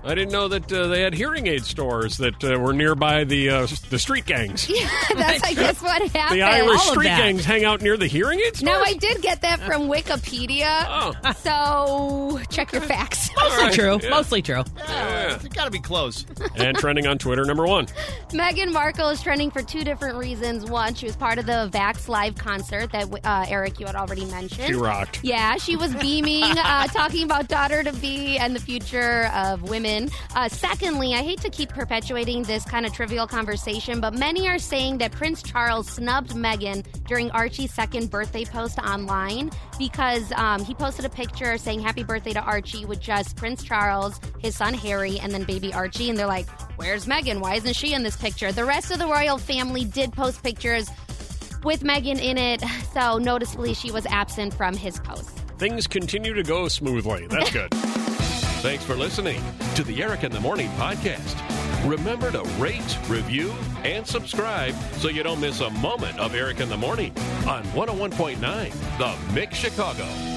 [SPEAKER 2] I didn't know that uh, they had hearing aid stores that uh, were nearby the uh, s- the street gangs.
[SPEAKER 3] Yeah, that's I guess what happened.
[SPEAKER 2] The Irish street gangs hang out near the hearing aid
[SPEAKER 3] No,
[SPEAKER 2] stores.
[SPEAKER 3] I did get that from Wikipedia.
[SPEAKER 2] Oh.
[SPEAKER 3] So check your facts.
[SPEAKER 2] Mostly All right. true. Yeah.
[SPEAKER 7] Mostly true.
[SPEAKER 4] It's got to be close.
[SPEAKER 2] and trending on Twitter, number one.
[SPEAKER 3] Meghan Markle is trending for two different reasons. One, she was part of the Vax Live concert that uh, Eric you had already mentioned.
[SPEAKER 2] She rocked.
[SPEAKER 3] Yeah, she was beaming, uh, talking about daughter to be and the future of women. Uh, secondly, I hate to keep perpetuating this kind of trivial conversation, but many are saying that Prince Charles snubbed Meghan during Archie's second birthday post online because um, he posted a picture saying happy birthday to Archie with just Prince Charles, his son Harry, and then baby Archie. And they're like, where's Meghan? Why isn't she in this picture? The rest of the royal family did post pictures with Meghan in it, so noticeably she was absent from his post.
[SPEAKER 2] Things continue to go smoothly. That's good.
[SPEAKER 1] Thanks for listening to the Eric in the Morning podcast. Remember to rate, review, and subscribe so oh you don't miss a moment of Eric in the Morning on 101.9 The Mix Chicago.